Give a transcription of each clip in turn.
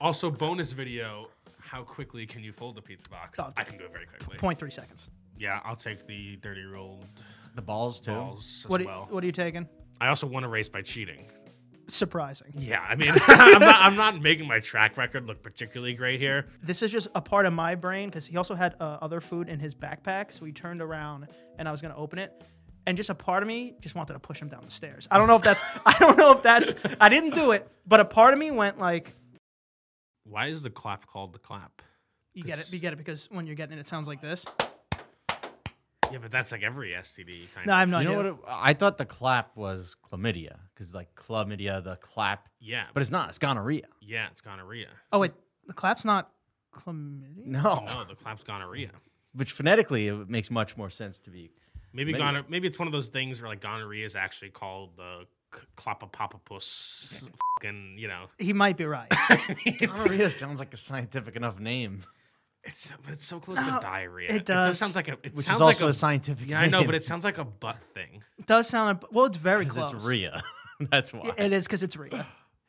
Also, bonus video. How quickly can you fold the pizza box? Oh, I can do it very quickly. 0.3 seconds. Yeah, I'll take the dirty rolled The balls too. balls as What, do- well. what are you taking? I also won a race by cheating. Surprising. Yeah, I mean, I'm, not, I'm not making my track record look particularly great here. this is just a part of my brain because he also had uh, other food in his backpack. So he turned around and I was gonna open it, and just a part of me just wanted to push him down the stairs. I don't know if that's I don't know if that's I didn't do it, but a part of me went like, Why is the clap called the clap? you get it, you get it, because when you're getting it, it sounds like this. Yeah, but that's like every STD kind No, of. I'm not. You know what? It, I thought the clap was chlamydia because like chlamydia, the clap, yeah, but it's not. It's gonorrhea. yeah, it's gonorrhea. oh wait, the clap's not chlamydia. No, No, the clap's gonorrhea. which phonetically it makes much more sense to be. Maybe, Maybe. gonor- maybe it's one of those things where like gonorrhea is actually called the c- clopapapapus. Fucking, you know, He might be right. Gonorrhea sounds like a scientific enough name, it's but it's so close No, to diarrhea. it just does. sounds like a. It which sounds is also like a scientific. Yeah, I know, name, but it sounds like a butt thing. it does sound a, well. It's very 'cause close. it's Rhea. That's why. It is because it's Rhea. Y-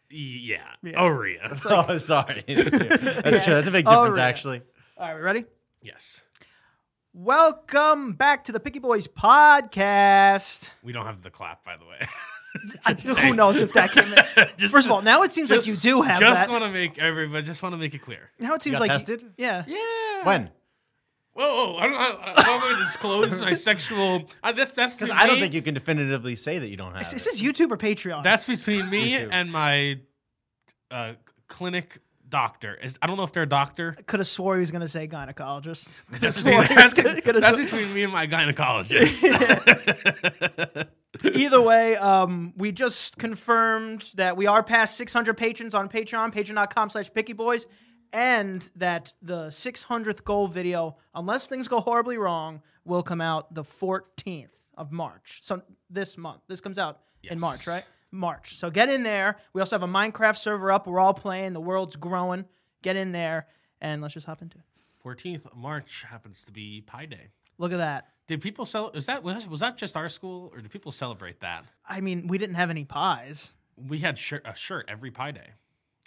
Yeah, Yeah. oh Rhea. oh, sorry. that's true. That's a big Oh, difference, Rhea. actually. All right, we ready? Yes, Welcome back to the Picky Boys podcast. we don't have the clap, by the way. I, who knows if that came in. Just- First of all, now it seems like you just- do have Just that. want to make everybody. Just want to make it clear. now it seems got like tested? yeah. Yeah. When? Whoa! whoa, I don't. I, I don't want to disclose my sexual. I, that's that's Because between I don't me- think you can definitively say that you don't have. Is, it. is this YouTube or Patreon? That's between me Me too. and my uh, clinic doctor. Is I don't know if they're a doctor. could have swore he was gonna say gynecologist. Could have That's between, swore he was that's, gonna, coulda that's sw- between me and my gynecologist. Either way, um, we just confirmed that we are past 600 patrons on Patreon, patreon.com slash pickyboys, and that the 600th goal video, unless things go horribly wrong, will come out the 14th of March. So this month. This comes out in Yes. March, right? March. So get in there. We also have a Minecraft server up. We're all playing. The world's growing. Get in there, and let's just hop into it. Fourteenth March happens to be Pi Day. Look at that. Did people cel? Is that was, was that just our school, or did people celebrate that? I mean, we didn't have any pies. We had shir- a shirt every Pi Day,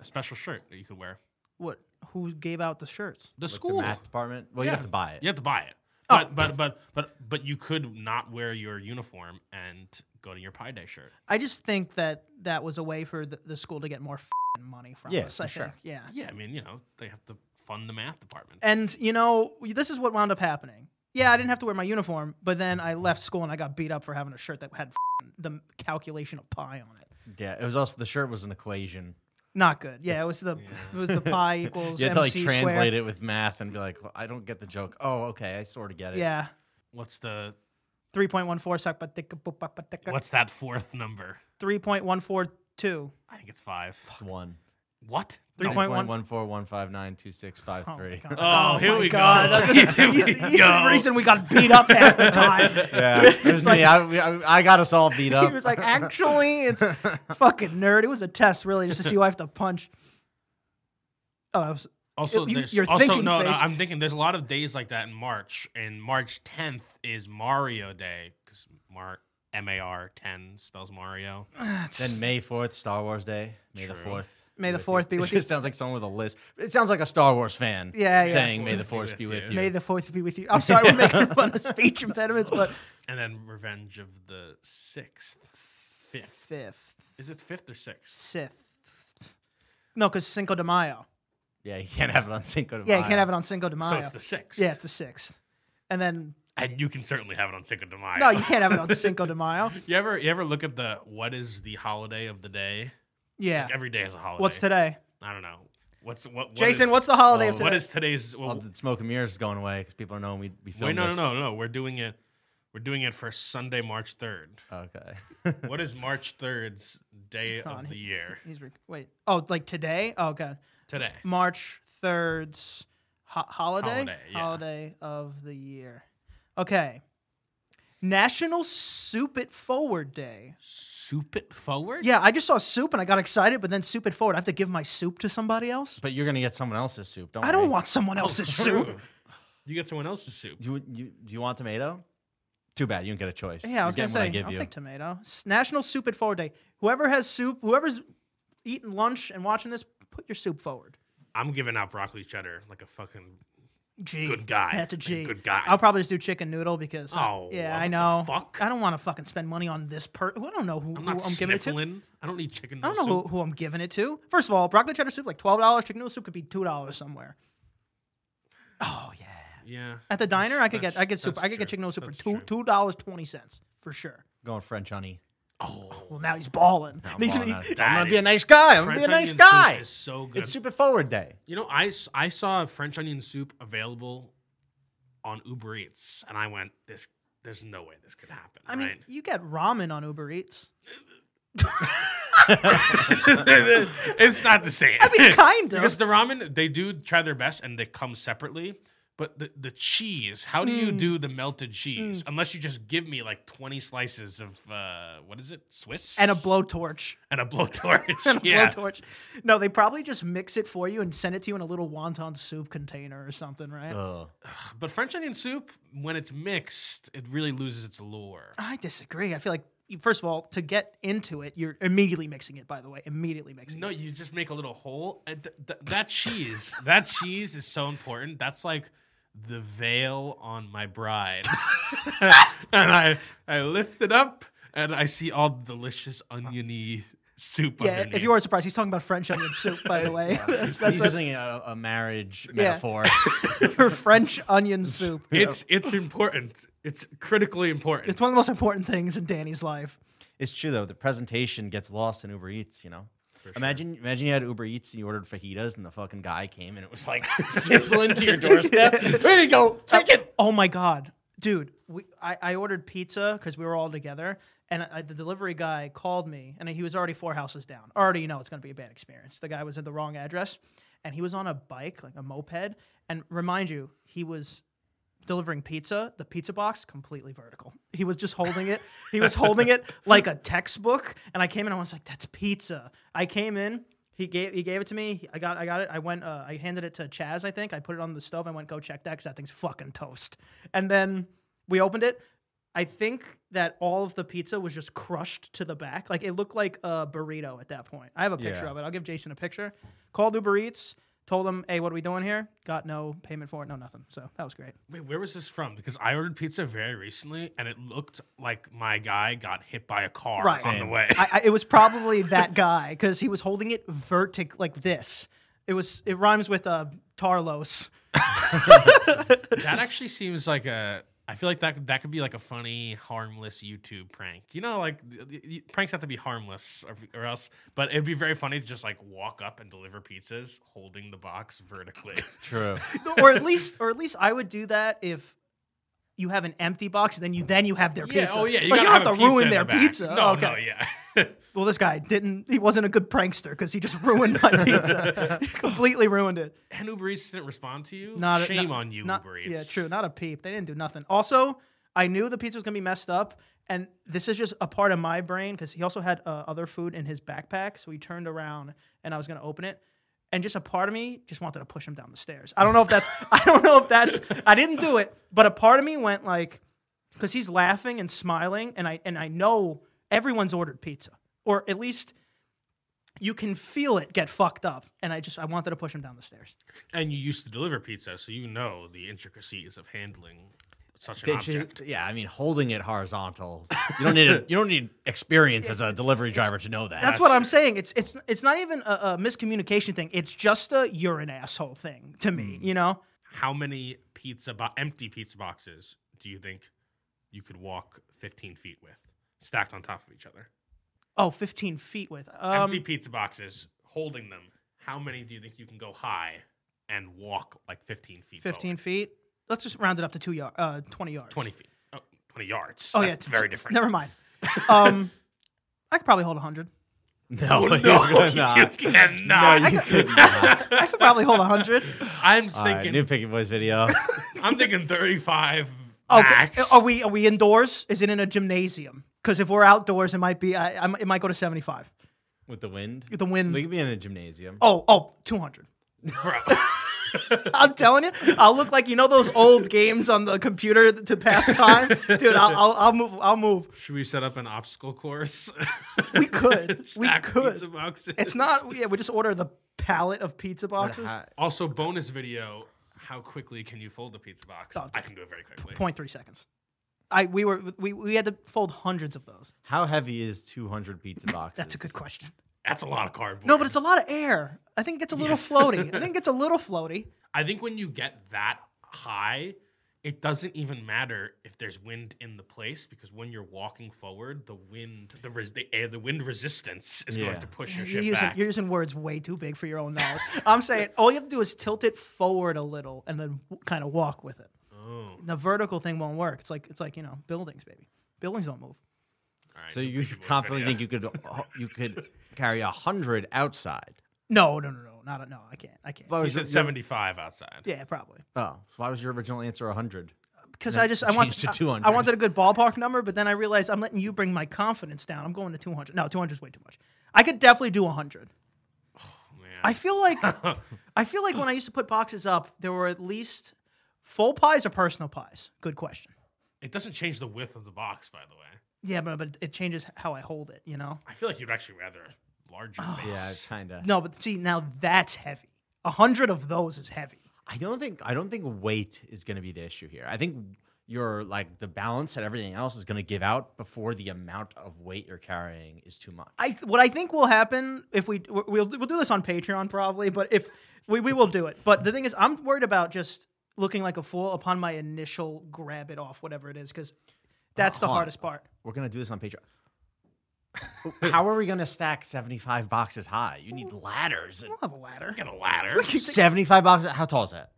a special shirt that you could wear. What? Who gave out the shirts? The Like school. The math department. Well, you Yeah. have to buy it. You have to buy it. Oh. But, but but but but you could not wear your uniform and go to your Pi Day shirt. I just think that that was a way for the, the school to get more f***ing money from Yeah, us. I for sure. think. Yeah. Yeah, I mean, you know, they have to fund the math department. And you know, this is what wound up happening. Yeah, I didn't have to wear my uniform, but then I left school and I got beat up for having a shirt that had f***ing the calculation of pi on it. Yeah. It was also the shirt was an equation. Not good. Yeah, it was the it was the pi equals You had to like mc translate squared. it with math and be like, well, I don't get the joke. Oh, okay, I sort of get it. Yeah, What's the three point one four sec, but what's that fourth number? three point one four two. I think it's five. It's one. What? Three No. point one. 3.141592653. Oh my God. Oh, here my we God. go. Here he's, we he's go. the reason we got beat up half the time. Yeah, it was me. I, I, I got us all beat up. He was like, actually, it's fucking nerd. It was a test, really, just to see who I have to punch. Oh, that was, Also, You- there's, your also thinking no, no, face- I'm thinking there's a lot of days like that in March, and March 10th is Mario Day because Mar M A R 10 spells Mario. that's- then May 4th, Star Wars Day. May the True. 4th. May the with 4th be you. with It you. just sounds like someone with a list. It sounds like a Star Wars fan Yeah, yeah. saying, May the 4th 4th be with you. May the fourth be with you. I'm sorry, we're making fun of speech impediments, but And then Revenge of the Sixth, Fifth. fifth, Is it fifth or sixth? sixth. No, because Cinco de Mayo. yeah, you can't have it on Cinco de Yeah, you Mayo. can't have it on Cinco de Mayo. So it's the sixth. yeah, it's the sixth. And then And you can certainly have it on Cinco de Mayo. no, you can't have it on Cinco de Mayo. You ever you ever look at the what is the holiday of the day? Yeah. Every day is a holiday. What's today, I don't know. What's what? what Jason? is- what's the holiday of Oh, today? what is today's? Well, Well, the smoke and mirrors is going away because people are knowing we we wait, filmed no, no, this. no, no. We're doing it. We're doing it for Sunday, March third. Okay. What is March third's day of on. the year He's re- wait. Oh, like today? Oh god. today? March 3rd's ho- holiday Holiday, yeah. Holiday of the year. Okay. National Soup It Forward Day. Soup it forward. Yeah, I just saw soup and I got excited, but then soup it forward. I have to give my soup to somebody else. but you're going to get someone else's soup. Don't I don't worry. want someone else's soup. You get someone else's soup. You, you, do you want tomato? Too bad. You didn't get a choice. Yeah, I was You're gonna getting what say I give I'll you. take tomato. S- National Soup It Forward Day. Whoever has soup, whoever's eating lunch and watching this, put your soup forward. I'm giving out broccoli cheddar like a fucking G. good guy. That's a Like, G. good guy. I'll probably just do chicken noodle because. uh, Oh, yeah, what I the know. fuck? I don't want to fucking spend money on this per. I don't know who who I'm I'm, not giving it to. sniffling. I don't need chicken. I don't know soup. who, who I'm giving it to. First of all, broccoli cheddar soup like twelve dollars. Chicken noodle soup could be two dollars somewhere. Oh yeah. Yeah. At the diner, I could That's- get I could soup that's I could get true. chicken noodle soup That's for two true. two dollars twenty cents for sure. Going French honey. Oh, Well, now he's balling. I'm, He's- all he- on that. that I'm gonna be a is- nice guy. I'm gonna be a French nice onion guy. Soup is so good. It's super forward day. you know, I, s- I saw a French onion soup available on Uber Eats, and I went, "This, there's no way this could happen." I mean, you get ramen on Uber Eats. right? it's not the same. I mean, kind of. because the ramen they do try their best, and they come separately. But the, the cheese, how do you Hmm. do the melted cheese? Unless you just give me like twenty slices of uh, what is it, Swiss, and a blowtorch. and a blowtorch, And a yeah, blowtorch. No, they probably just mix it for you and send it to you in a little wonton soup container or something, right? Uh. Ugh. But French onion soup, when it's mixed, it really loses its lure. I disagree. I feel like you- first of all, to get into it, you're immediately mixing it. By the way, immediately mixing. No, it. you just make a little hole. And th- th- that cheese, that cheese is so important. That's like the veil on my bride. and I, I lift it up, and I see all the delicious oniony soup Yeah, underneath. if you were surprised, he's talking about French onion soup. By the way, that's, that's He's using a, a marriage metaphor. for French onion soup. it's it's important. It's critically important. It's one of the most important things in Danny's life. It's true though. The presentation gets lost in Uber Eats. You know. Imagine, imagine you had Uber Eats and you ordered fajitas and the fucking guy came and it was like sizzling to your doorstep. There you go, take it. Oh my god, dude! We, I, I ordered pizza because we were all together, and I, the delivery guy called me, and he was already four houses down. Already, you know, it's gonna be a bad experience. The guy was at the wrong address, and he was on a bike, like a moped. And remind you, he was delivering pizza. The pizza box completely vertical. He was just holding it. He was holding it like a textbook. And I came in, I was like, "That's pizza." I came in. He gave he gave it to me. I got I got it. I went. Uh, I handed it to Chaz. I think I put it on the stove. I went go check that because that thing's fucking toast. And then we opened it. I think that all of the pizza was just crushed to the back. Like it looked like a burrito at that point. I have a picture Yeah. of it. I'll give Jason a picture. Called Uber Eats. Told them, hey, what are we doing here? Got no payment for it, no nothing. So that was great. Wait, where was this from? Because I ordered pizza very recently, and it looked like my guy got hit by a car Right. on the Same. way. I, I, it was probably that guy because he was holding it vertic like this. It was. It rhymes with uh, Tarlos. That actually seems like a. I feel like that that could be like a funny, harmless YouTube prank. You know, like y- y- pranks have to be harmless, or, or else. But it'd be very funny to just like walk up and deliver pizzas holding the box vertically. True. or at least, or at least I would do that if you have an empty box. Then you then you have their yeah. pizza. Oh yeah. You, but you gotta don't have, a to pizza ruin in the their back. pizza. Oh, No, okay. no, yeah. Well, this guy didn't. He wasn't a good prankster because he just ruined my pizza. He completely ruined it. and Uber Eats didn't respond to you. Not a- Shame not- on you, not- Uber Eats. Yeah, true. Not a peep. They didn't do nothing. Also, I knew the pizza was gonna be messed up, and this is just a part of my brain because he also had uh, other food in his backpack. So he turned around, and I was gonna open it, and just a part of me just wanted to push him down the stairs. I don't know if that's. I don't know if that's. I didn't do it, but a part of me went like, because he's laughing and smiling, and I and I know everyone's ordered pizza, or at least. You can feel it get fucked up, and I just I wanted to push him down the stairs. And you used to deliver pizza, so you know the intricacies of handling such an They ju- object. yeah, I mean, holding it horizontal. You don't need a, you don't need experience as a delivery driver to know that. That's what I'm saying. It's it's it's not even a, a miscommunication thing. It's just a you're an asshole thing to me. Hmm. You know, How many pizza bo- empty pizza boxes do you think you could walk 15 feet with, stacked on top of each other? oh, 15 feet with um, empty pizza boxes, holding them. How many do you think you can go high and walk like 15 feet? 15 feet. Let's just round it up to two yard, uh, 20 yards. forward? 20 feet. Oh, 20 yards. Oh That's yeah, very different. Never mind. Um, I could probably hold 100. no, No, you're not. you cannot. No, you could not. I could probably hold 100. I'm All right, thinking. new Picky Boys video. I'm thinking 35. Okay. oh, max. Are we are we indoors? Is it in a gymnasium? Because if we're outdoors, it might be. I, I'm, it might go to 75. With the wind? The wind. They could be in a gymnasium. Oh oh, 200. Bro. I'm telling you, I'll look like you know those old games on the computer to pass time, dude. I'll, I'll, I'll move. I'll move. Should we set up an obstacle course? We could. we Stack could. pizza boxes. It's not. Yeah, we just order the pallet of pizza boxes. How- Also, bonus video. How quickly can you fold a pizza box? Oh, I can do it very quickly. 0.3 seconds. I we were we, we had to fold hundreds of those. How heavy is 200 pizza boxes? That's a good question. That's a lot of cardboard. No, but it's a lot of air. I think it gets a little Yes. floaty. I think it gets a little floaty. I think when you get that high, it doesn't even matter if there's wind in the place because when you're walking forward, the wind, the res- the air, the wind resistance is Yeah. going to push your You're ship using, back. you're using words way too big for your own knowledge. I'm saying all you have to do is tilt it forward a little and then kind of walk with it. Oh, The vertical thing won't work. It's like it's like you know buildings, baby. Buildings don't move. all right, So the you Pixie Boys confidently video. think you could uh, you could carry a hundred outside? No, no, no, no, not a- no. I can't. I can't. Why He was said your- 75 outside. Yeah, probably. Oh, so why was your original answer hundred? Because And then I just I want change to I- I, 200. wanted a good ballpark number, but then I realized I'm letting you bring my confidence down. I'm going to 200. No, 200 is way too much. I could definitely do 100. Man. I feel like I feel like when I used to put boxes up, there were at least full pies or personal pies. Good question. it doesn't change the width of the box, by the way. Yeah, but, but it changes how I hold it, you know? I feel like you'd actually rather a larger Yeah, base. kind of. No, but see, now that's heavy. A hundred of those is heavy. I don't think I don't think weight is going to be the issue here. I think your like the balance and everything else is going to give out before the amount of weight you're carrying is too much. I what I think will happen if we we'll we'll do this on Patreon probably, but if we, we will do it. But the thing is, I'm worried about just looking like a fool upon my initial grab it off whatever it is because that's the Hold on. hardest part. We're going to do this on Patreon. How are we going to stack 75 boxes high? You need ladders. and- I don't have a ladder. Get a ladder. 75 boxes. How tall is that?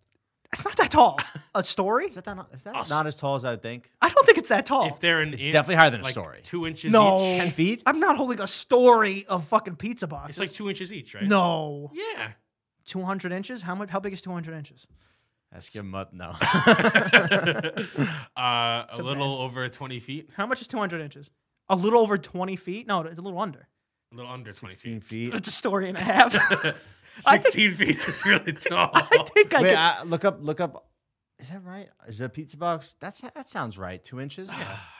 It's not that tall. A story? Is that not, is that Us. not as tall as I would think? I don't think it's that tall. If they're in, It's in- definitely higher than a like story. Two inches No. each. 10 feet? I'm not holding a story of fucking pizza boxes. It's like two inches each, right? no, Yeah. 200 inches. How much? How big is 200 inches? Ask him up. No. Uh, a So little over 20 feet. How much is 200 inches? A little over 20 feet? No, it's a little under. A little under 20 16 feet. feet. It's a story and a half. I think- 16 feet is really tall. I think I Wait, could. I, look up. Look up. Is that right? Is it a pizza box? That's that sounds right. Two inches.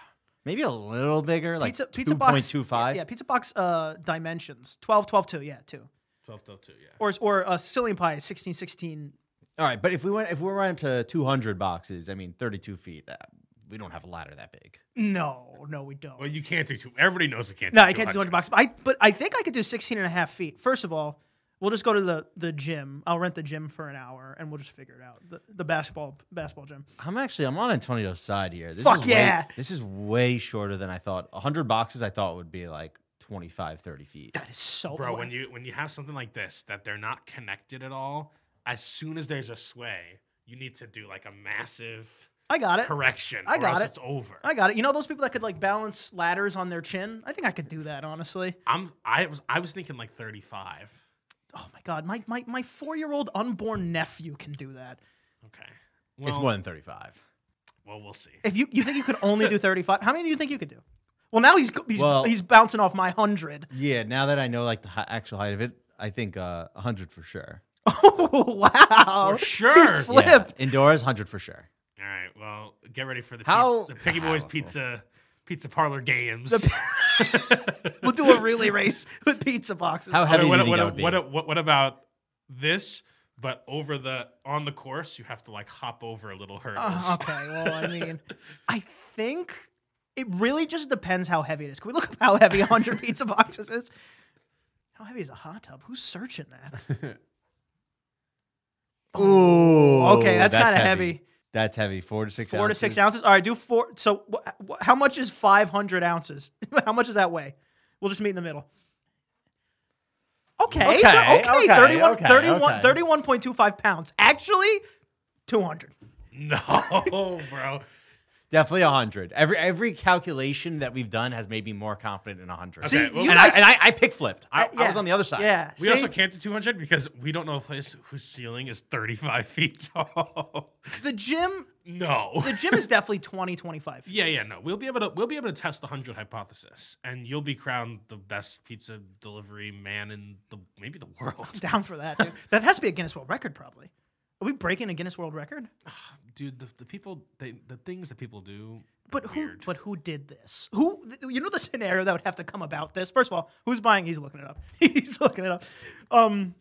Maybe a little bigger, like pizza, two pizza box. point two five. Yeah, pizza box uh, dimensions 12, 12, 2. Yeah, 2. 12, 12, 2, yeah. Or, or a Sicilian pie is 16, 16. All right, but if we went, if we went to two hundred boxes, I mean thirty-two feet. That we don't have a ladder that big. No, no, we don't. Well, you can't do two. Everybody knows we can't No, do I can't do 200 bucks. But I, but I think I could do 16 and a half feet. First of all, we'll just go to the, the gym. I'll rent the gym for an hour and we'll just figure it out. The, the basketball basketball gym. I'm actually I'm on Antonio's side here. This Fuck is yeah. Way, this is way shorter than I thought. hundred boxes I thought would be like 25, 30 feet. That is so Bro, wet. when you when you have something like this that they're not connected at all, as soon as there's a sway, you need to do like a massive I got it. correction. I or got else it. It's over. I got it. You know those people that could like balance ladders on their chin? I think I could do that, honestly. I'm I was I was thinking like 35. Oh my god, my my, my four year old unborn nephew can do that. Okay. Well, it's more than thirty-five. Well, we'll see. If you you think you could only do thirty five, how many do you think you could do? Well, now he's go- he's Well- he's bouncing off my hundred. Yeah. Now that I know like the hi- actual height of it, I think uh, hundred for sure. Oh wow! For sure. flipped. Yeah, indoors, hundred for sure. All right. Well, get ready for the How- pizza, the Piggy Boys How- Pizza Pizza Parlor games. We'll do a relay race with pizza boxes. How heavy what, do you think what, that would be? what, what- what about this? But over the on the course, you have to like hop over a little hurdles. Uh, okay, well, I mean, I think it really just depends how heavy it is. Can we look up how heavy 100 pizza boxes is? How heavy is a hot tub? Who's searching that? Ooh. okay, that's kinda heavy. That's heavy. Four to six. Four ounces. to six ounces. All right, do four. So, wh- wh- how much is 500 ounces? how much does that weigh? We'll just meet in the middle. Okay, so- Okay, okay, okay, 31, okay, 31 okay. 31.25 pounds. Actually, 200. No, bro. Definitely a hundred. Every every calculation that we've done has made me more confident in a hundred. See, Okay, well- you and, guys- Uh, I, and I, I pick flipped. I, Yeah. I was on the other side. Yeah. We see? also can't do 200 because we don't know a place whose ceiling is 35 feet tall. the gym no. the gym is definitely 20 25 feet. Yeah, yeah, no. We'll be able to we'll be able to test the 100 hypothesis and you'll be crowned the best pizza delivery man in the maybe the world. down for that. Dude. That has to be a Guinness World Record, probably. Are we breaking a Guinness World Record? dude. The, the people, they, the things that people do. But who? Weird. But who did this? Who? th- You know the scenario that would have to come about this. First of all, who's buying? He's looking it up. He's looking it up. Um,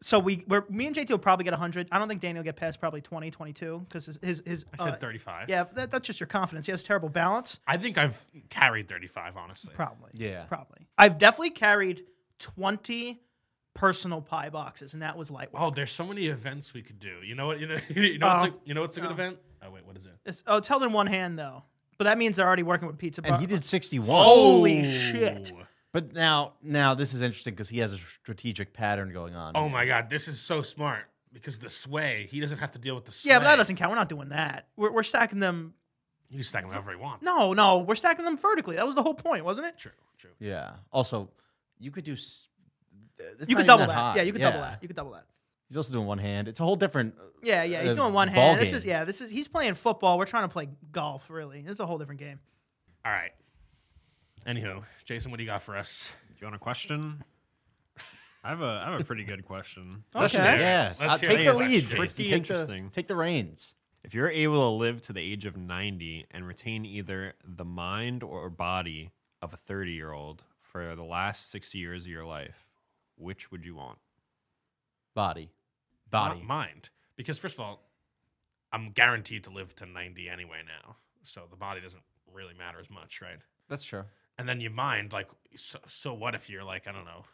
so we, we're me and JT will probably get hundred. I don't think Daniel will get past probably 20, 22 because his his, his I said uh, 35. Yeah, that, that's just your confidence. He has terrible balance. I think I've carried 35, honestly. Probably. Yeah. Probably. I've definitely carried twenty personal pie boxes, and that was light. Oh, there's so many events we could do. You know what? You know, you know, what's, a, Oh. you know what's a good event? Oh, wait, what is it? It's, oh, it's held in one hand though, but that means they're already working with pizza. And Bar- he did 61. Holy shit. Oh. But now, now this is interesting because he has a strategic pattern going on. Oh, my God. This is so smart because the sway, he doesn't have to deal with the sway. Yeah, but that doesn't count. We're not doing that. We're, we're stacking them. You can stack them however you want. No, no, we're stacking them vertically. That was the whole point, wasn't it? True, true. Yeah. Also, you could do. s- It's you not could even double that. high. Yeah, you could double that. You could double that. He's also doing one hand. It's a whole different. uh, Yeah, yeah. He's uh, doing one ball hand. This game. is yeah. This is he's playing football. We're trying to play golf. Really, it's a whole different game. All right. Anywho, Jason, what do you got for us? Do you want a question? I have a I have a pretty good question. Let's Okay. hear it. Yeah. Let's hear Uh, it. take That's the lead, pretty Jason. Take the, interesting. take the reins. If you're able to live to the age of 90 and retain either the mind or body of a 30 year old for the last 60 years of your life, which would you want? Body. Not Body. mind. Because, first of all, I'm guaranteed to live to 90 anyway now. So the body doesn't really matter as much, right? That's true. and then your mind like so, so what if you're like i don't know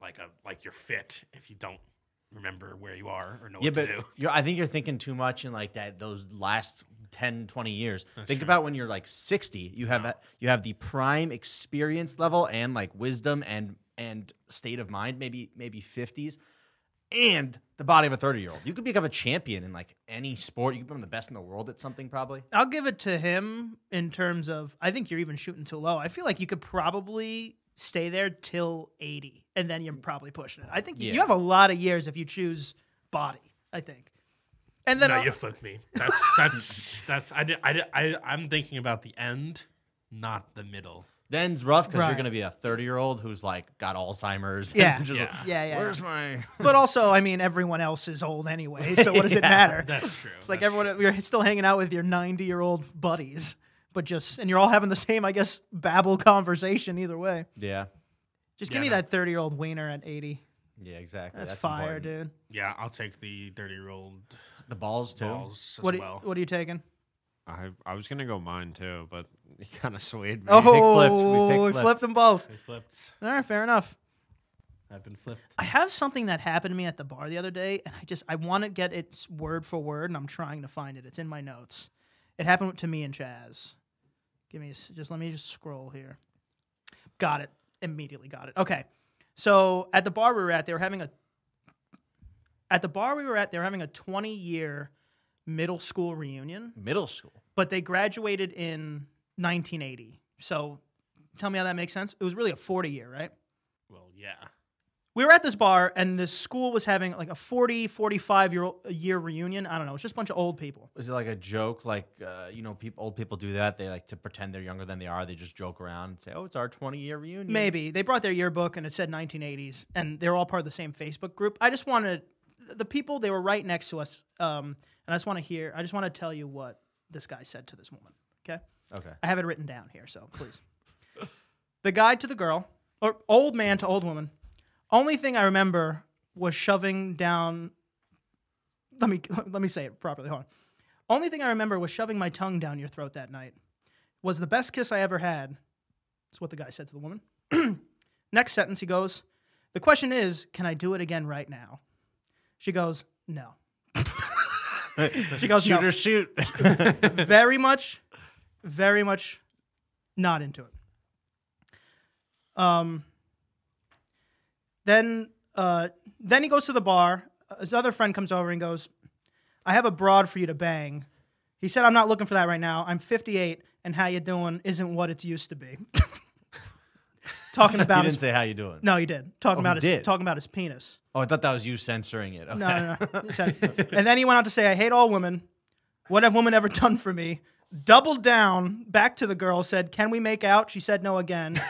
like a like you're fit if you don't remember where you are or know yeah, what but to do you're, I think you're thinking too much in like that those last 10, 20 years. think about when you're like 60, you have a- you have the prime experience level and like wisdom and and state of mind, maybe maybe 50s and the body of a 30-year-old. You could become a champion in like any sport. You could become the best in the world at something probably. I'll give it to him in terms of I think you're even shooting too low. I feel like you could probably stay there till 80 and then you're probably pushing it. I think you- you Yeah. have a lot of years if you choose body, I think. And then no I'll- you flipped me that's that's that's I, did, I, did, I i'm thinking about the end not the middle Then's rough because Right. you're gonna be a 30-year-old who's like got Alzheimer's. and Yeah. just like, Yeah. yeah, yeah. Where's my But also, I mean, everyone else is old anyway, so what does it matter? that's true It's like everyone you're still hanging out with your 90 year old buddies, but just and you're all having the same, I guess, babble conversation either way. Yeah. Just Yeah, give me no. that 30 year old wiener at 80. Yeah, exactly. That's, fire, important. dude. yeah i'll take the 30 year old The balls too. balls as What, well what are you taking? I, I was going to go mine too, but you kind of swayed me. flipped. We Oh, pick we flipped. flipped them both. i flipped All right, fair enough. i've been flipped I have something that happened to me at the bar the other day, and I just I want to get it word for word, and I'm trying to find it. It's in my notes. It happened to me and Chaz. Give me a s just let me just scroll here. Got it. Immediately got it. Okay. So at the bar we were at, they were having a at the bar we were at, they were having a 20 year middle school reunion, Middle school. but they graduated in 1980. So tell me how that makes sense. It was really a 40 year, right? well yeah we were at this bar and this school was having like a 40 45 year old year reunion i don't know it's just a bunch of old people Is it like a joke? Like uh, you know, people old people do that. They like to pretend they're younger than they are. They just joke around and say, "Oh, it's our 20 year reunion." maybe they brought their yearbook and it said 1980s and they were all part of the same facebook group i just wanted the people they were right next to us um, and i just want to hear i just want to tell you what this guy said to this woman okay Okay. I have it written down here, so please. the guy to the girl, or old man to old woman. Only thing I remember was shoving down. Let me let me say it properly. Hold on. Only thing I remember was shoving my tongue down your throat that night. Was the best kiss I ever had. That's what the guy said to the woman. Next sentence, he goes, "The question is, can I do it again right now?" She goes, "No." she goes, "No." Shoot or shoot. very much, very much not into it. Um, then, uh, then he goes to the bar. His other friend comes over and goes, I have a broad for you to bang. He said, I'm not looking for that right now. I'm 58, and how you doing isn't what it's used to be. talking you about didn't his, say how you doing. no, he did. Talking Oh, he about his did? talking about his penis. Oh, I thought that was you censoring it. Okay. No, no, no. He said- and then he went on to say, I hate all women. What have women ever done for me? Doubled down back to the girl, said, Can we make out? She said no again.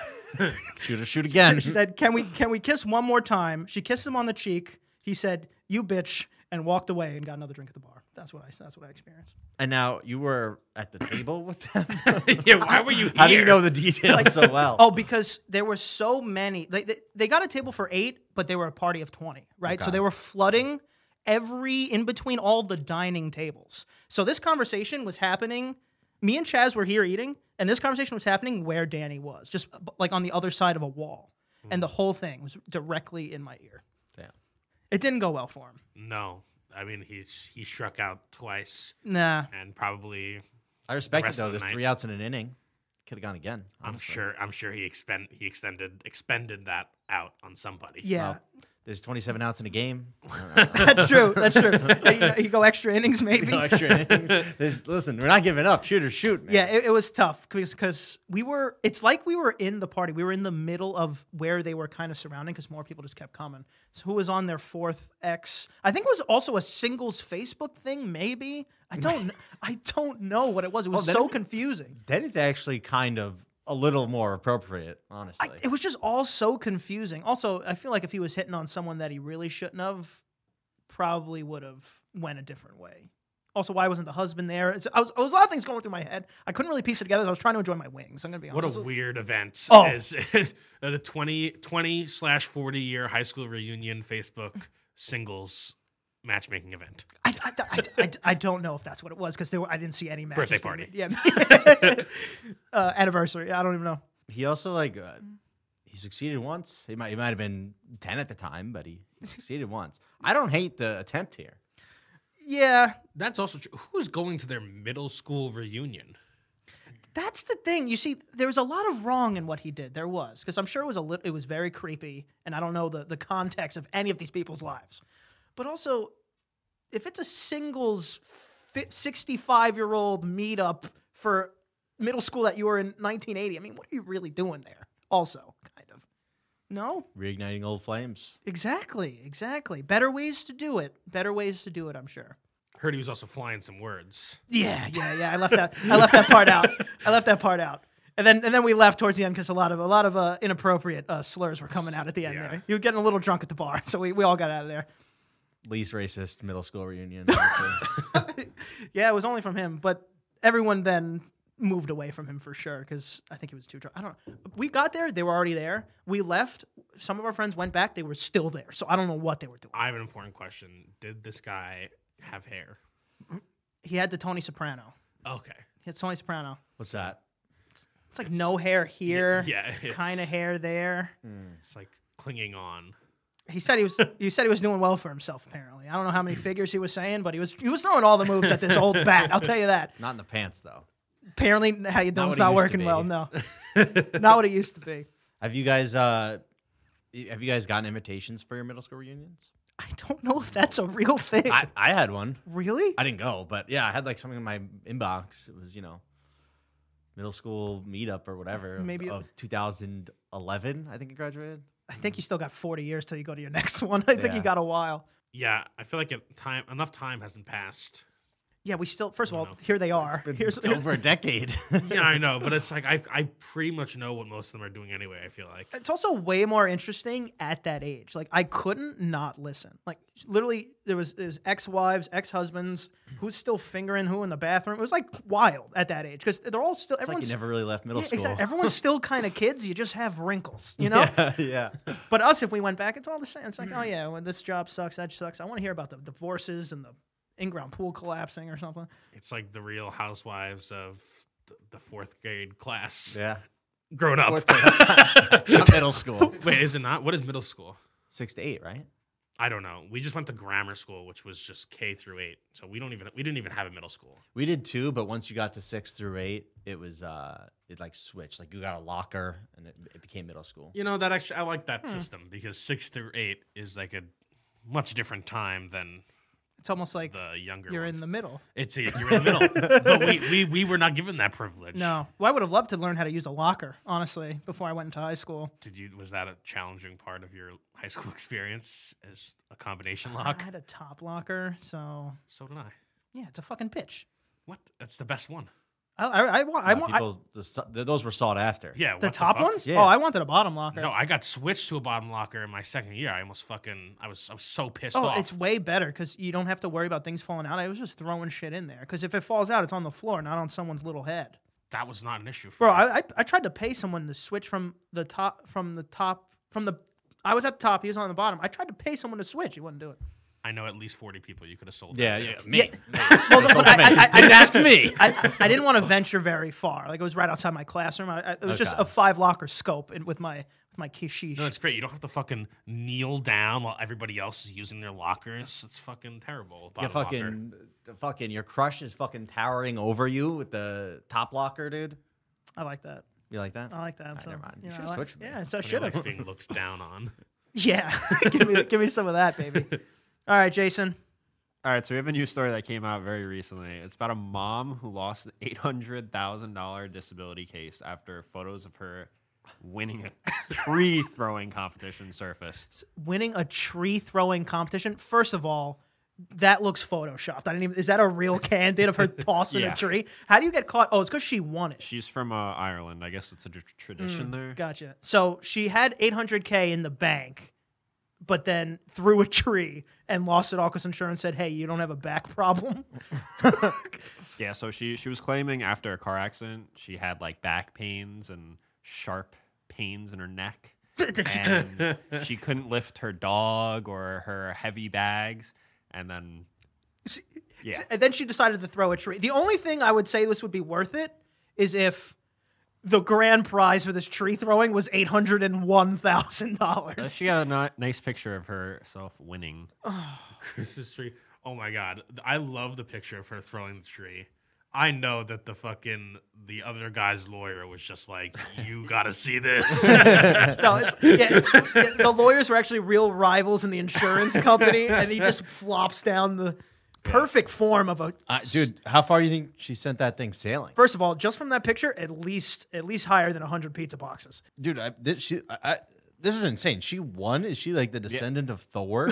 Shoot or shoot again. She said, Can we can we kiss one more time? She kissed him on the cheek. He said, "You bitch," and walked away and got another drink at the bar. That's what I. That's what I experienced. And now you were at the table with them. yeah, why were you here? How do you know the details Like- so well? Oh, because there were so many. They, they, they got a table for eight, but they were a party of 20, right? So they were flooding every, in between all the dining tables. So this conversation was happening. Me and Chaz were here eating, and this conversation was happening where Danny was, just uh, b- like on the other side of a wall. And the whole thing was directly in my ear. Damn. It didn't go well for him. No, I mean he's he struck out twice Nah. and probably I respect it rest of though. the There's night. three outs in an inning. Could have gone again. I'm honestly. sure I'm sure he expend he extended expended that out on somebody. Yeah. Well, there's 27 outs in a game. That's true. That's true. you, know, you go extra innings, maybe. No extra innings. There's, listen, we're not giving up. Shooters shoot. Man. Yeah, it, it was tough because we were. It's like we were in the party. We were in the middle of where they were kind of surrounding because more people just kept coming. So who was on their fourth X? I think it was also a singles Facebook thing. Maybe I don't. kn- I don't know what it was. It was then so it- confusing. Then it's actually kind of a little more appropriate, honestly. I, it was just all so confusing. Also, I feel like if he was hitting on someone that he really shouldn't have, probably would have went a different way. Also, why wasn't the husband there? It's, I was, there was a lot of things going through my head. I couldn't really piece it together. I was trying to enjoy my wings. I'm gonna be honest. What This a is- weird event. Oh. Is, the 20 20 slash 40 year high school reunion Facebook singles matchmaking event. I, I, I, I, I don't know if that's what it was because I didn't see any matches. Birthday being party. made. Yeah. uh, anniversary. I don't even know. he also like uh, Mm. he succeeded once. He might he might have been 10 at the time, but he, he succeeded once. I don't hate the attempt here. Yeah. That's also true. Who's going to their middle school reunion? That's the thing. You see, there was a lot of wrong in what he did. There was because I'm sure it was a lit it was very creepy, and I don't know the, the context of any of these people's lives. But also, if it's a singles 65 year old meetup for middle school that you were in 1980, I mean, what are you really doing there? Also, kind of. No. Reigniting old flames. Exactly, exactly. Better ways to do it. Better ways to do it, I'm sure. Heard he was also flying some words. Yeah, yeah, yeah. I left that I left that part out. I left that part out. And then and then we left towards the end because a lot of a lot of uh, inappropriate uh, slurs were coming out at the end Yeah. there. You were getting a little drunk at the bar, so we, we all got out of there. Least racist middle school reunion. honestly. Yeah, it was only from him, but everyone then moved away from him for sure because I think he was too drunk. I don't know. We got there, they were already there. We left. Some of our friends went back, they were still there. So I don't know what they were doing. I have an important question. Did this guy have hair? He had the Tony Soprano. Okay. He had Tony Soprano. What's that? It's like no hair here. Yeah. it's- kind of hair there. It's like clinging on. He said he was he said he was doing well for himself apparently. I don't know how Hmm. many figures he was saying, but he was he was throwing all the moves at this old bat. I'll tell you that. Not in the pants though. Apparently how you doing what it's it not used working to be. well, no. not what it used to be. Have you guys uh y- have you guys gotten invitations for your middle school reunions? I don't know if that's a real thing. I, I had one. really? I didn't go, but yeah, I had like something in my inbox. It was, you know, middle school meetup or whatever. of- Maybe it- of, 2011, I think I graduated. I think you still got 40 years till you go to your next one. I think Yeah. you got a while. Yeah, I feel like it, time enough time hasn't passed. Yeah, we still first of all, know. here they are. Here's over a decade. Yeah, I know, but it's like I I pretty much know what most of them are doing anyway. I feel Uh, like it's also way more interesting at that age. Like I couldn't not listen. Like literally, there was there's ex-wives, ex-husbands, Mm. who's still fingering who in the bathroom. It was like wild at that age because they're all still. it's like you everyone's never really left middle yeah, school. exactly. Everyone's still kind of kids. You just have wrinkles, you know. yeah. But us, if we went back, it's all the same. It's like, oh Mm. yeah, when this job sucks, that sucks. I want to hear about the divorces and the in-ground pool collapsing or something. it's like the Real Housewives of th- the fourth grade class Yeah. grown up. Fourth grade. It's not, it's not middle school. Wait, is it not? What is middle school? Six to eight, right? I don't know. We just went to grammar school, which was just K through eight. So we don't even we didn't even have a middle school. We did two, but once you got to six through eight, it was, uh it like switched. Like you got a locker and it, it became middle school. You know that actually I like Hmm. that system because six through eight is like a much different time than It's almost like the younger. you're ones. in the middle. It's you're in the middle, but we, we we were not given that privilege. No, well, I would have loved to learn how to use a locker, honestly, before I went into high school. Did you was that a challenging part of your high school experience as a combination I lock? had a top locker, so So did I. yeah, it's a fucking pitch. What? That's the best one. I I, I want I Uh, want I- people, the so- th- those were sought after. Yeah, what the top fuck? ones. Yeah. Oh, I wanted a bottom locker. No, I got switched to a bottom locker in my second year. I almost fucking I was I was so pissed Oh, off. it's way better because you don't have to worry about things falling out. I was just throwing shit in there because if it falls out, it's on the floor, not on someone's little head. that was not an issue for Bro, me. I, I I tried to pay someone to switch from the top from the top from the. I was at the top. He was on the bottom. I tried to pay someone to switch. He wouldn't do it. I know at least forty people you could have sold. Yeah, that yeah, to. me. Yeah. Me. Well, the- It's all I- me. I- I- Didn't ask me. I, I didn't want to venture very far. Like it was right outside my classroom. I, I, it was just Okay. a five locker scope in, with my with my kishish. No, it's great. You don't have to fucking kneel down while everybody else is using their lockers. It's fucking terrible. Yeah, bottom locker. fucking, the fucking, your crush is fucking towering over you with the top locker, dude. I like that. You like that? I like that. So, Ah, never mind. You know, should've I like- switched with me. Yeah, so I Nobody should likes have. being looked down on. Yeah, give me give me some of that, baby. All right, Jason. All right, so we have a new story that came out very recently. It's about a mom who lost an eight hundred thousand dollar disability case after photos of her winning a tree throwing competition surfaced. winning a tree throwing competition. First of all, that looks photoshopped. I didn't even. Is that a real candidate of her tossing Yeah. a tree? How do you get caught? Oh, it's because she won it. She's from uh, Ireland. I guess it's a tr- tradition there. Gotcha. So she had 800k in the bank, but then threw a tree and lost it all because insurance said, "Hey, you don't have a back problem." Yeah, so she she was claiming after a car accident she had like back pains and sharp pains in her neck. and she couldn't lift her dog or her heavy bags and then yeah. And then she decided to throw a tree. The only thing I would say this would be worth it is if. The grand prize for this tree throwing was eight hundred and one thousand Uh, dollars. She got a ni- nice picture of herself winning. Christmas tree. Oh my god, I love the picture of her throwing the tree. I know that the fucking the other guy's lawyer was just like, "You gotta see this." No, it's, yeah, yeah, the lawyers were actually real rivals in the insurance company, and he just flops down the perfect form of a. Uh, dude, how far do you think she sent that thing sailing? First of all, just from that picture, at least at least higher than hundred pizza boxes. Dude, I, this, she, I, I, this is insane. She won? Is she like the descendant of Thor?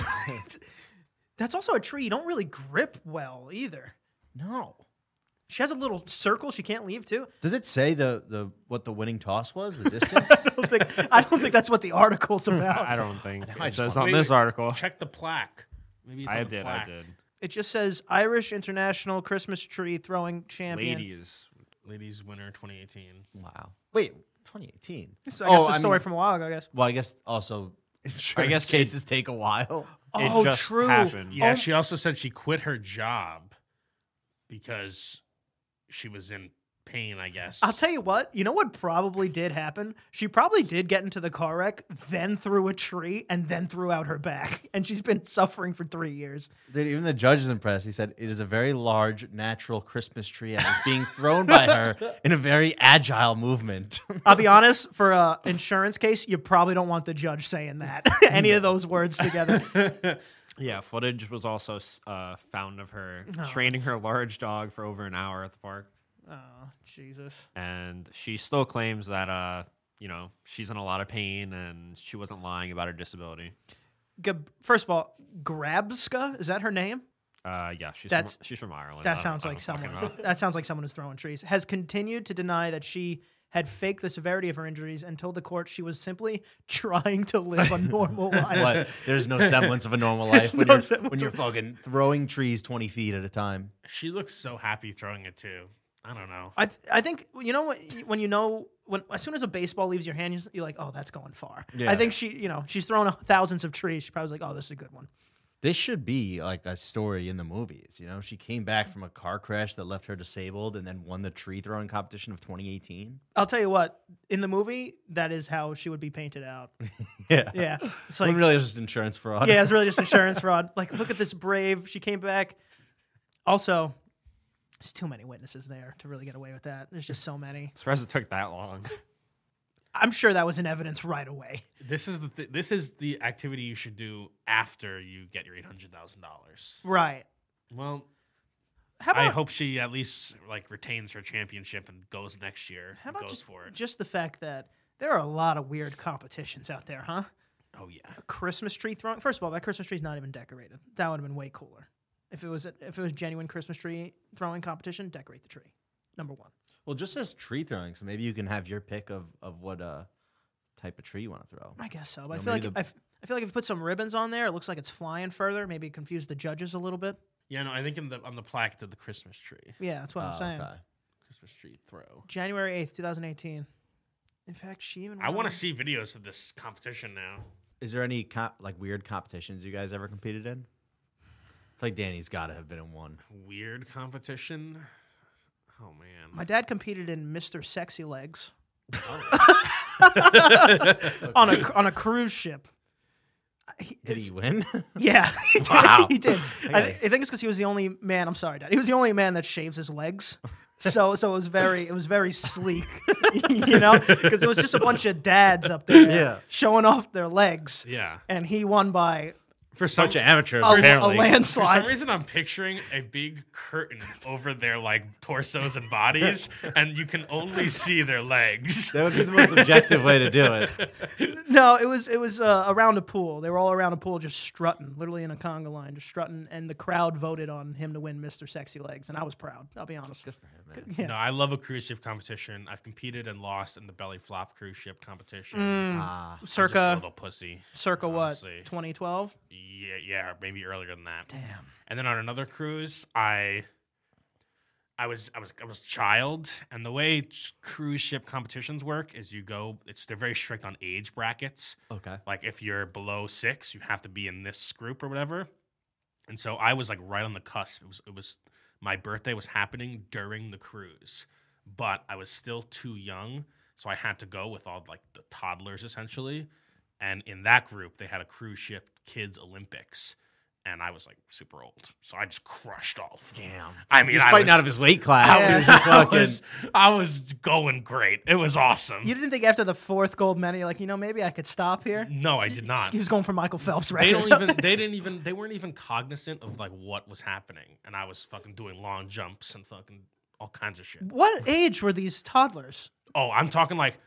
That's also a tree you don't really grip well either. no. She has a little circle she can't leave too. Does it say the, the what the winning toss was, the distance? I don't think, I don't think that's what the article's about. I don't think I it just says want- on this article. Check the plaque. Maybe it's on I the did, I plaque. did. It just says Irish International Christmas Tree Throwing Champion. Ladies, Ladies winner 2018. wow. Wait, 2018. So I guess Oh, the I story mean- from a while ago. I guess. Well, I guess also insurance guess it- cases take a while. it oh, just true. happened. Yeah, Oh. she also said she quit her job because she was in pain. I guess. I'll tell you what. You know what probably did happen? She probably did get into the car wreck, then threw a tree, and then threw out her back, and she's been suffering for three years. Dude, even the judge is impressed. He said it is a very large natural Christmas tree and it's being thrown by her in a very agile movement. I'll be honest. For a insurance case, you probably don't want the judge saying that any of those words together. yeah, footage was also s- uh, found of her training her large dog for over an hour at the park, Oh Jesus! and she still claims that uh, you know, she's in a lot of pain and she wasn't lying about her disability. Gab- First of all, Grabska is that her name? Uh, yeah, she's That's- from, she's from Ireland. I That don't- sounds I like don't fucking someone. know. That sounds like someone who's throwing trees. Has continued to deny that she had faked the severity of her injuries and told the court she was simply trying to live a normal life. but there's no semblance of a normal life when, no you're, semblance when you're fucking throwing trees 20 feet at a time. she looks so happy throwing it too. I don't know. I th- I think you know what- when you know when as soon as a baseball leaves your hand, you're s- you're like, oh, that's going far. Yeah. I think she, you know, she's thrown thousands of trees. She probably was like, oh, this is a good one. This should be like a story in the movies. You know, she came back from a car crash that left her disabled and then won the tree throwing competition of 2018. I'll tell you what, in the movie, that is how she would be painted out. Yeah. Yeah, it's When like, really, it was just insurance fraud. yeah, it's really just insurance fraud. Like, look at this brave. She came back. Also, there's too many witnesses there to really get away with that. There's just so many. Surprised it took that long. I'm sure that was in evidence right away. This is the th- this is the activity you should do after you get your eight hundred thousand dollars. Right. Well, How about I hope she at least like retains her championship and goes next year. how and about goes just, for it? just the fact that there are a lot of weird competitions out there, huh? Oh yeah, Christmas tree throwing. First of all, that Christmas tree's not even decorated. That would have been way cooler if it was if it was genuine Christmas tree throwing competition. Decorate the tree. Number one. Well, just as tree throwing, so maybe you can have your pick of of what uh type of tree you want to throw. I guess so. But I No, feel like maybe if- the- I, f- I feel like if you put some ribbons on there, it looks like it's flying further. Maybe confuse the judges a little bit. Yeah, no, I think in the on the plaque to the Christmas tree, Yeah, that's what I'm Oh, saying. okay. Christmas tree throw. January eighth, two thousand eighteen. In fact, she even. I went want on- to see videos of this competition now. Is there any comp- like weird competitions you guys ever competed in? It's like Danny's got to have been in one. Weird competition. Oh man. My dad competed in Mr. Sexy Legs on a on a cruise ship. I- he- Did it's- he win? Yeah, he did. Wow. He did. I, Okay. I think it's because he was the only man. I'm sorry, Dad. He was the only man that shaves his legs. So, so it was very, it was very sleek, you know, because it was just a bunch of dads up there Yeah. showing off their legs, yeah. and he won by For some, of amateurs, a, a apparently. for landslide. some reason, I'm picturing a big curtain over their like torsos and bodies, and you can only see their legs. that would be the most objective way to do it. No, it was it was uh, around a pool. They were all around a pool, just strutting, literally in a conga line, just strutting. And the crowd voted on him to win Mister Sexy Legs, and I was proud. I'll be honest. Good for him, man. Yeah. No, I love a cruise ship competition. I've competed and lost in the belly flop cruise ship competition. Mm. Ah, I'm just a Circa, little pussy. circa what? honestly. 2012. Yeah, yeah, maybe earlier than that. Damn. And then on another cruise, I I was I was I was a child, and the way ch- cruise ship competitions work is you go. It's they're very strict on age brackets. okay. Like if you're below six, you have to be in this group or whatever. And so I was like right on the cusp. It was it was my birthday was happening during the cruise, but I was still too young, so I had to go with all like the toddlers essentially. And in that group, they had a cruise ship kids Olympics, and I was like super old, so I just crushed all. of them. Damn. I mean, He's I fighting was, out of his weight class. I He was- was just I fucking- was, I was going great. It was awesome. You didn't think after the fourth gold medal, you're like, you know, maybe I could stop here. no, I did not. He was going for Michael Phelps, right? they don't even they didn't even they weren't even cognizant of like what was happening and i was fucking doing long jumps and fucking all kinds of shit what age were these toddlers? oh i'm talking like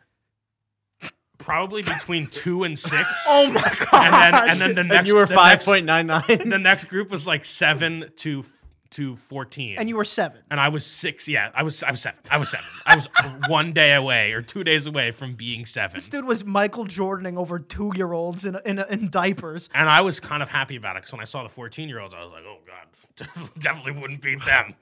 probably between two and six. Oh my god and then and then the next and you were the next- 5.99. the next group was like seven to to 14 And you were seven. and I was six. Yeah, I was. I was seven. I was seven. I was one day away or two days away from being seven. This dude was Michael Jordaning over two year olds in, in, in diapers. And I was kind of happy about it because when I saw the 14 year olds, I was like, oh, God, definitely wouldn't beat them.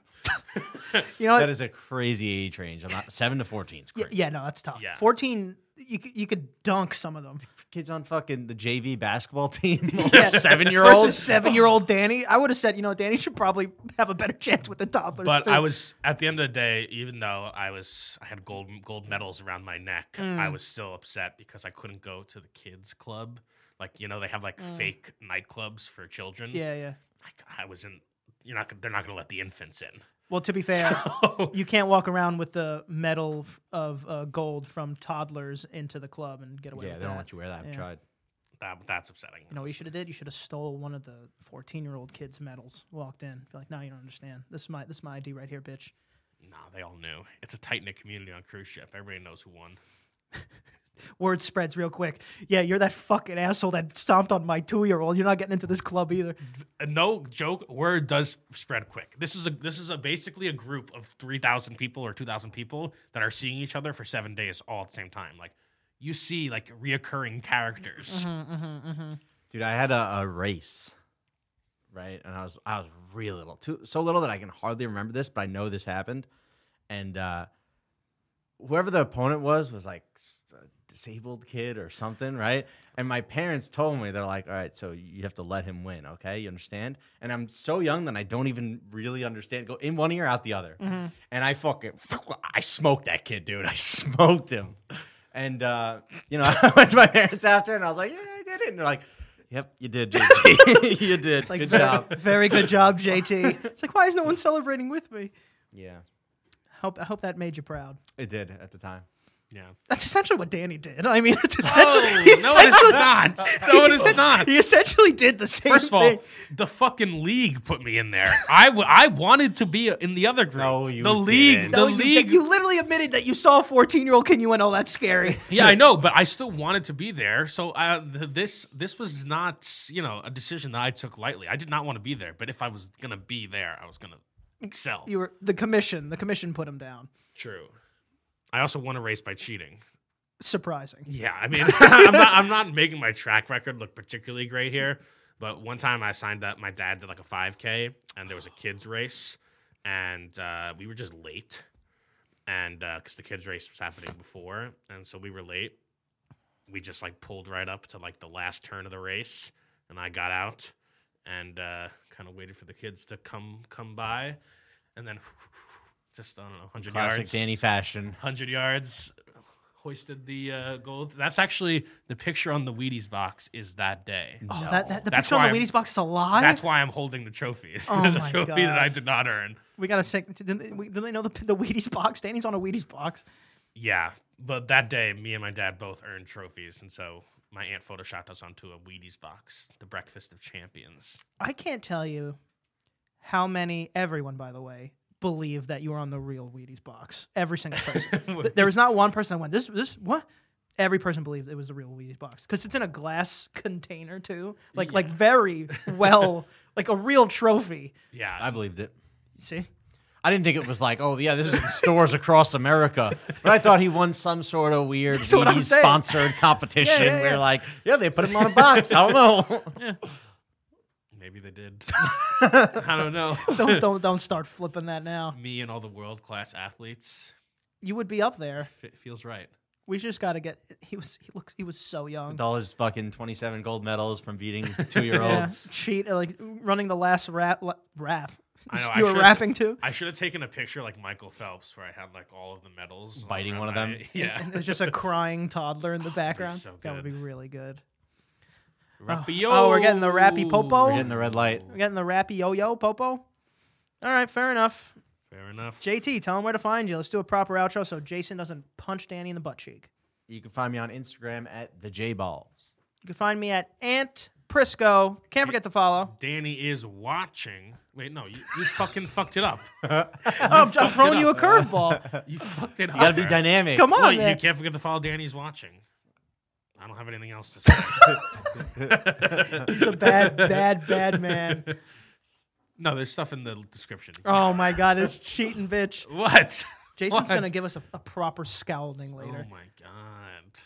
You know, That is a crazy age range. I'm not seven to fourteen. is y- crazy. yeah, no, that's tough. Yeah. 14, you, c- you could dunk some of them. Kids on fucking the JV basketball team, Yeah. seven year Versus olds. seven year old Danny, I would have said, you know, Danny should probably have a better chance with the toddlers. But too. I was at the end of the day, even though I was I had gold gold medals around my neck, Mm. I was still upset because I couldn't go to the kids club. Like you know, they have like fake nightclubs for children. Mm. Yeah, yeah. I, I was in. You're not. gonna- They're not going to let the infants in. Well, to be fair, you can't walk around with the medal f- of uh, gold from toddlers into the club and get away Yeah, with they don't that. let you wear that. I've Yeah. tried. That, that's upsetting. You know what you should have did? You should have stole one of the 14 year old kids' medals, walked in, be like, no, you don't understand. This is my this is my ID right here, bitch. Nah, they all knew. It's a tight knit community on cruise ship. Everybody knows who won. Word spreads real quick. Yeah, you're that fucking asshole that stomped on my two year old. You're not getting into this club either. Uh, no joke word does spread quick this is a this is a basically a group of 3000 people or 2000 people that are seeing each other for seven days all at the same time like you see like reoccurring characters Mm-hmm. Dude, I had a, a race, right? And I was I was really little, too so little that I can hardly remember this, but I know this happened. And uh, whoever the opponent was was like s- a disabled kid or something, right? And my parents told me they're like, "All right, so you have to let him win, okay? You understand?" And I'm so young that I don't even really understand. Go in one ear, out the other, and I fucking I smoked that kid, dude. I smoked him. And uh, you know, I went to my parents after, and I was like, "Yeah, I did it." And they're like, "Yep, you did, JT. you did. Like, Good very, job." Very good job, JT. It's like, why is no one celebrating with me? Yeah, Hope, I hope that made you proud. it did at the time. yeah Oh, That's essentially what Danny did. I mean, it's essentially. no he it is essentially- not no it is not He essentially did the same First of all, thing. the fucking league put me in there. I, w- I wanted to be in the other group. No, you the league, didn't. the No, you did- league. You, literally admitted that you saw a 14 year old kid and you went, oh, that's scary. Yeah, I know, but I still wanted to be there. So uh, th- this this was not you know a decision that I took lightly. I did not want to be there, but if I was gonna be there, I was gonna excel. you were the commission. The commission put him down. True. I also won a race by cheating. Surprising. Yeah, I mean, I'm not, I'm not making my track record look particularly great here, but one time I signed up, my dad did like a 5K, and there was a kids race, and uh, we were just late, and because the kids race was happening before, and so we were late. We just like pulled right up to like the last turn of the race, and I got out and uh, kind of waited for the kids to come come by, and then just I don't know 100 Classic yards Danny fashion. hundred yards, hoisted the uh, gold. That's actually the picture on the Wheaties box is that day. Oh, that, that the That's picture on why the I'm- Wheaties box is a lie. That's why I'm holding the trophy. It's Oh a my trophy that I God. did not earn. we gotta sing. Do they, we- do they know the, the Wheaties box? Danny's on a Wheaties box. Yeah, but that day, me and my dad both earned trophies, and so my aunt photoshopped us onto a Wheaties box, the breakfast of champions. I can't tell you how many everyone, by the way, believe that you are on the real Wheaties box. Every single person. Th- there was not one person that went this this what. Every person believed it was the real Wheaties box because it's in a glass container too, like like very well, like a real trophy. Yeah, I believed it. See, I didn't think it was like, oh yeah, this is in stores across America. But I thought he won some sort of weird That's what I'm Wheaties saying. sponsored competition Yeah, yeah, where yeah. like, yeah, they put him on a box. I don't know. maybe they did. I don't know. don't don't don't start flipping that now. me and all the world class athletes You would be up there. f- feels right. We just got to get. He was he looks he was so young. With all his fucking twenty-seven gold medals from beating two-year-olds. Yeah, cheat uh, like running the last rap la- rap. I know, I you were should've- rapping too. I should have taken a picture like Michael Phelps, where I had like all of the medals, all Biting around one of my- them? yeah, Oh, And there's just a crying toddler in the background. so that would be good. really good. Rappy-yo. oh, we're getting the Rappy Popo? We're getting the red light. We're getting the rappy yo yo popo. All right, fair enough. Fair enough. JT, tell him where to find you. Let's do a proper outro so Jason doesn't punch Danny in the butt cheek. You can find me on Instagram at the J Balls. You can find me at Ant Prisco. Can't forget to follow. Danny is watching. Wait, no, you, you fucking fucked it up. Oh, I'm, I'm throwing it you a up. curveball. You fucked it up. You gotta be dynamic. Come Well, on, you man. can't forget to follow Danny's watching. I don't have anything else to say. He's a bad, bad, bad man. no, there's stuff in the description. Oh my God, it's cheating, bitch. What? Jason's What? gonna give us a, a proper scowling later. Oh my god.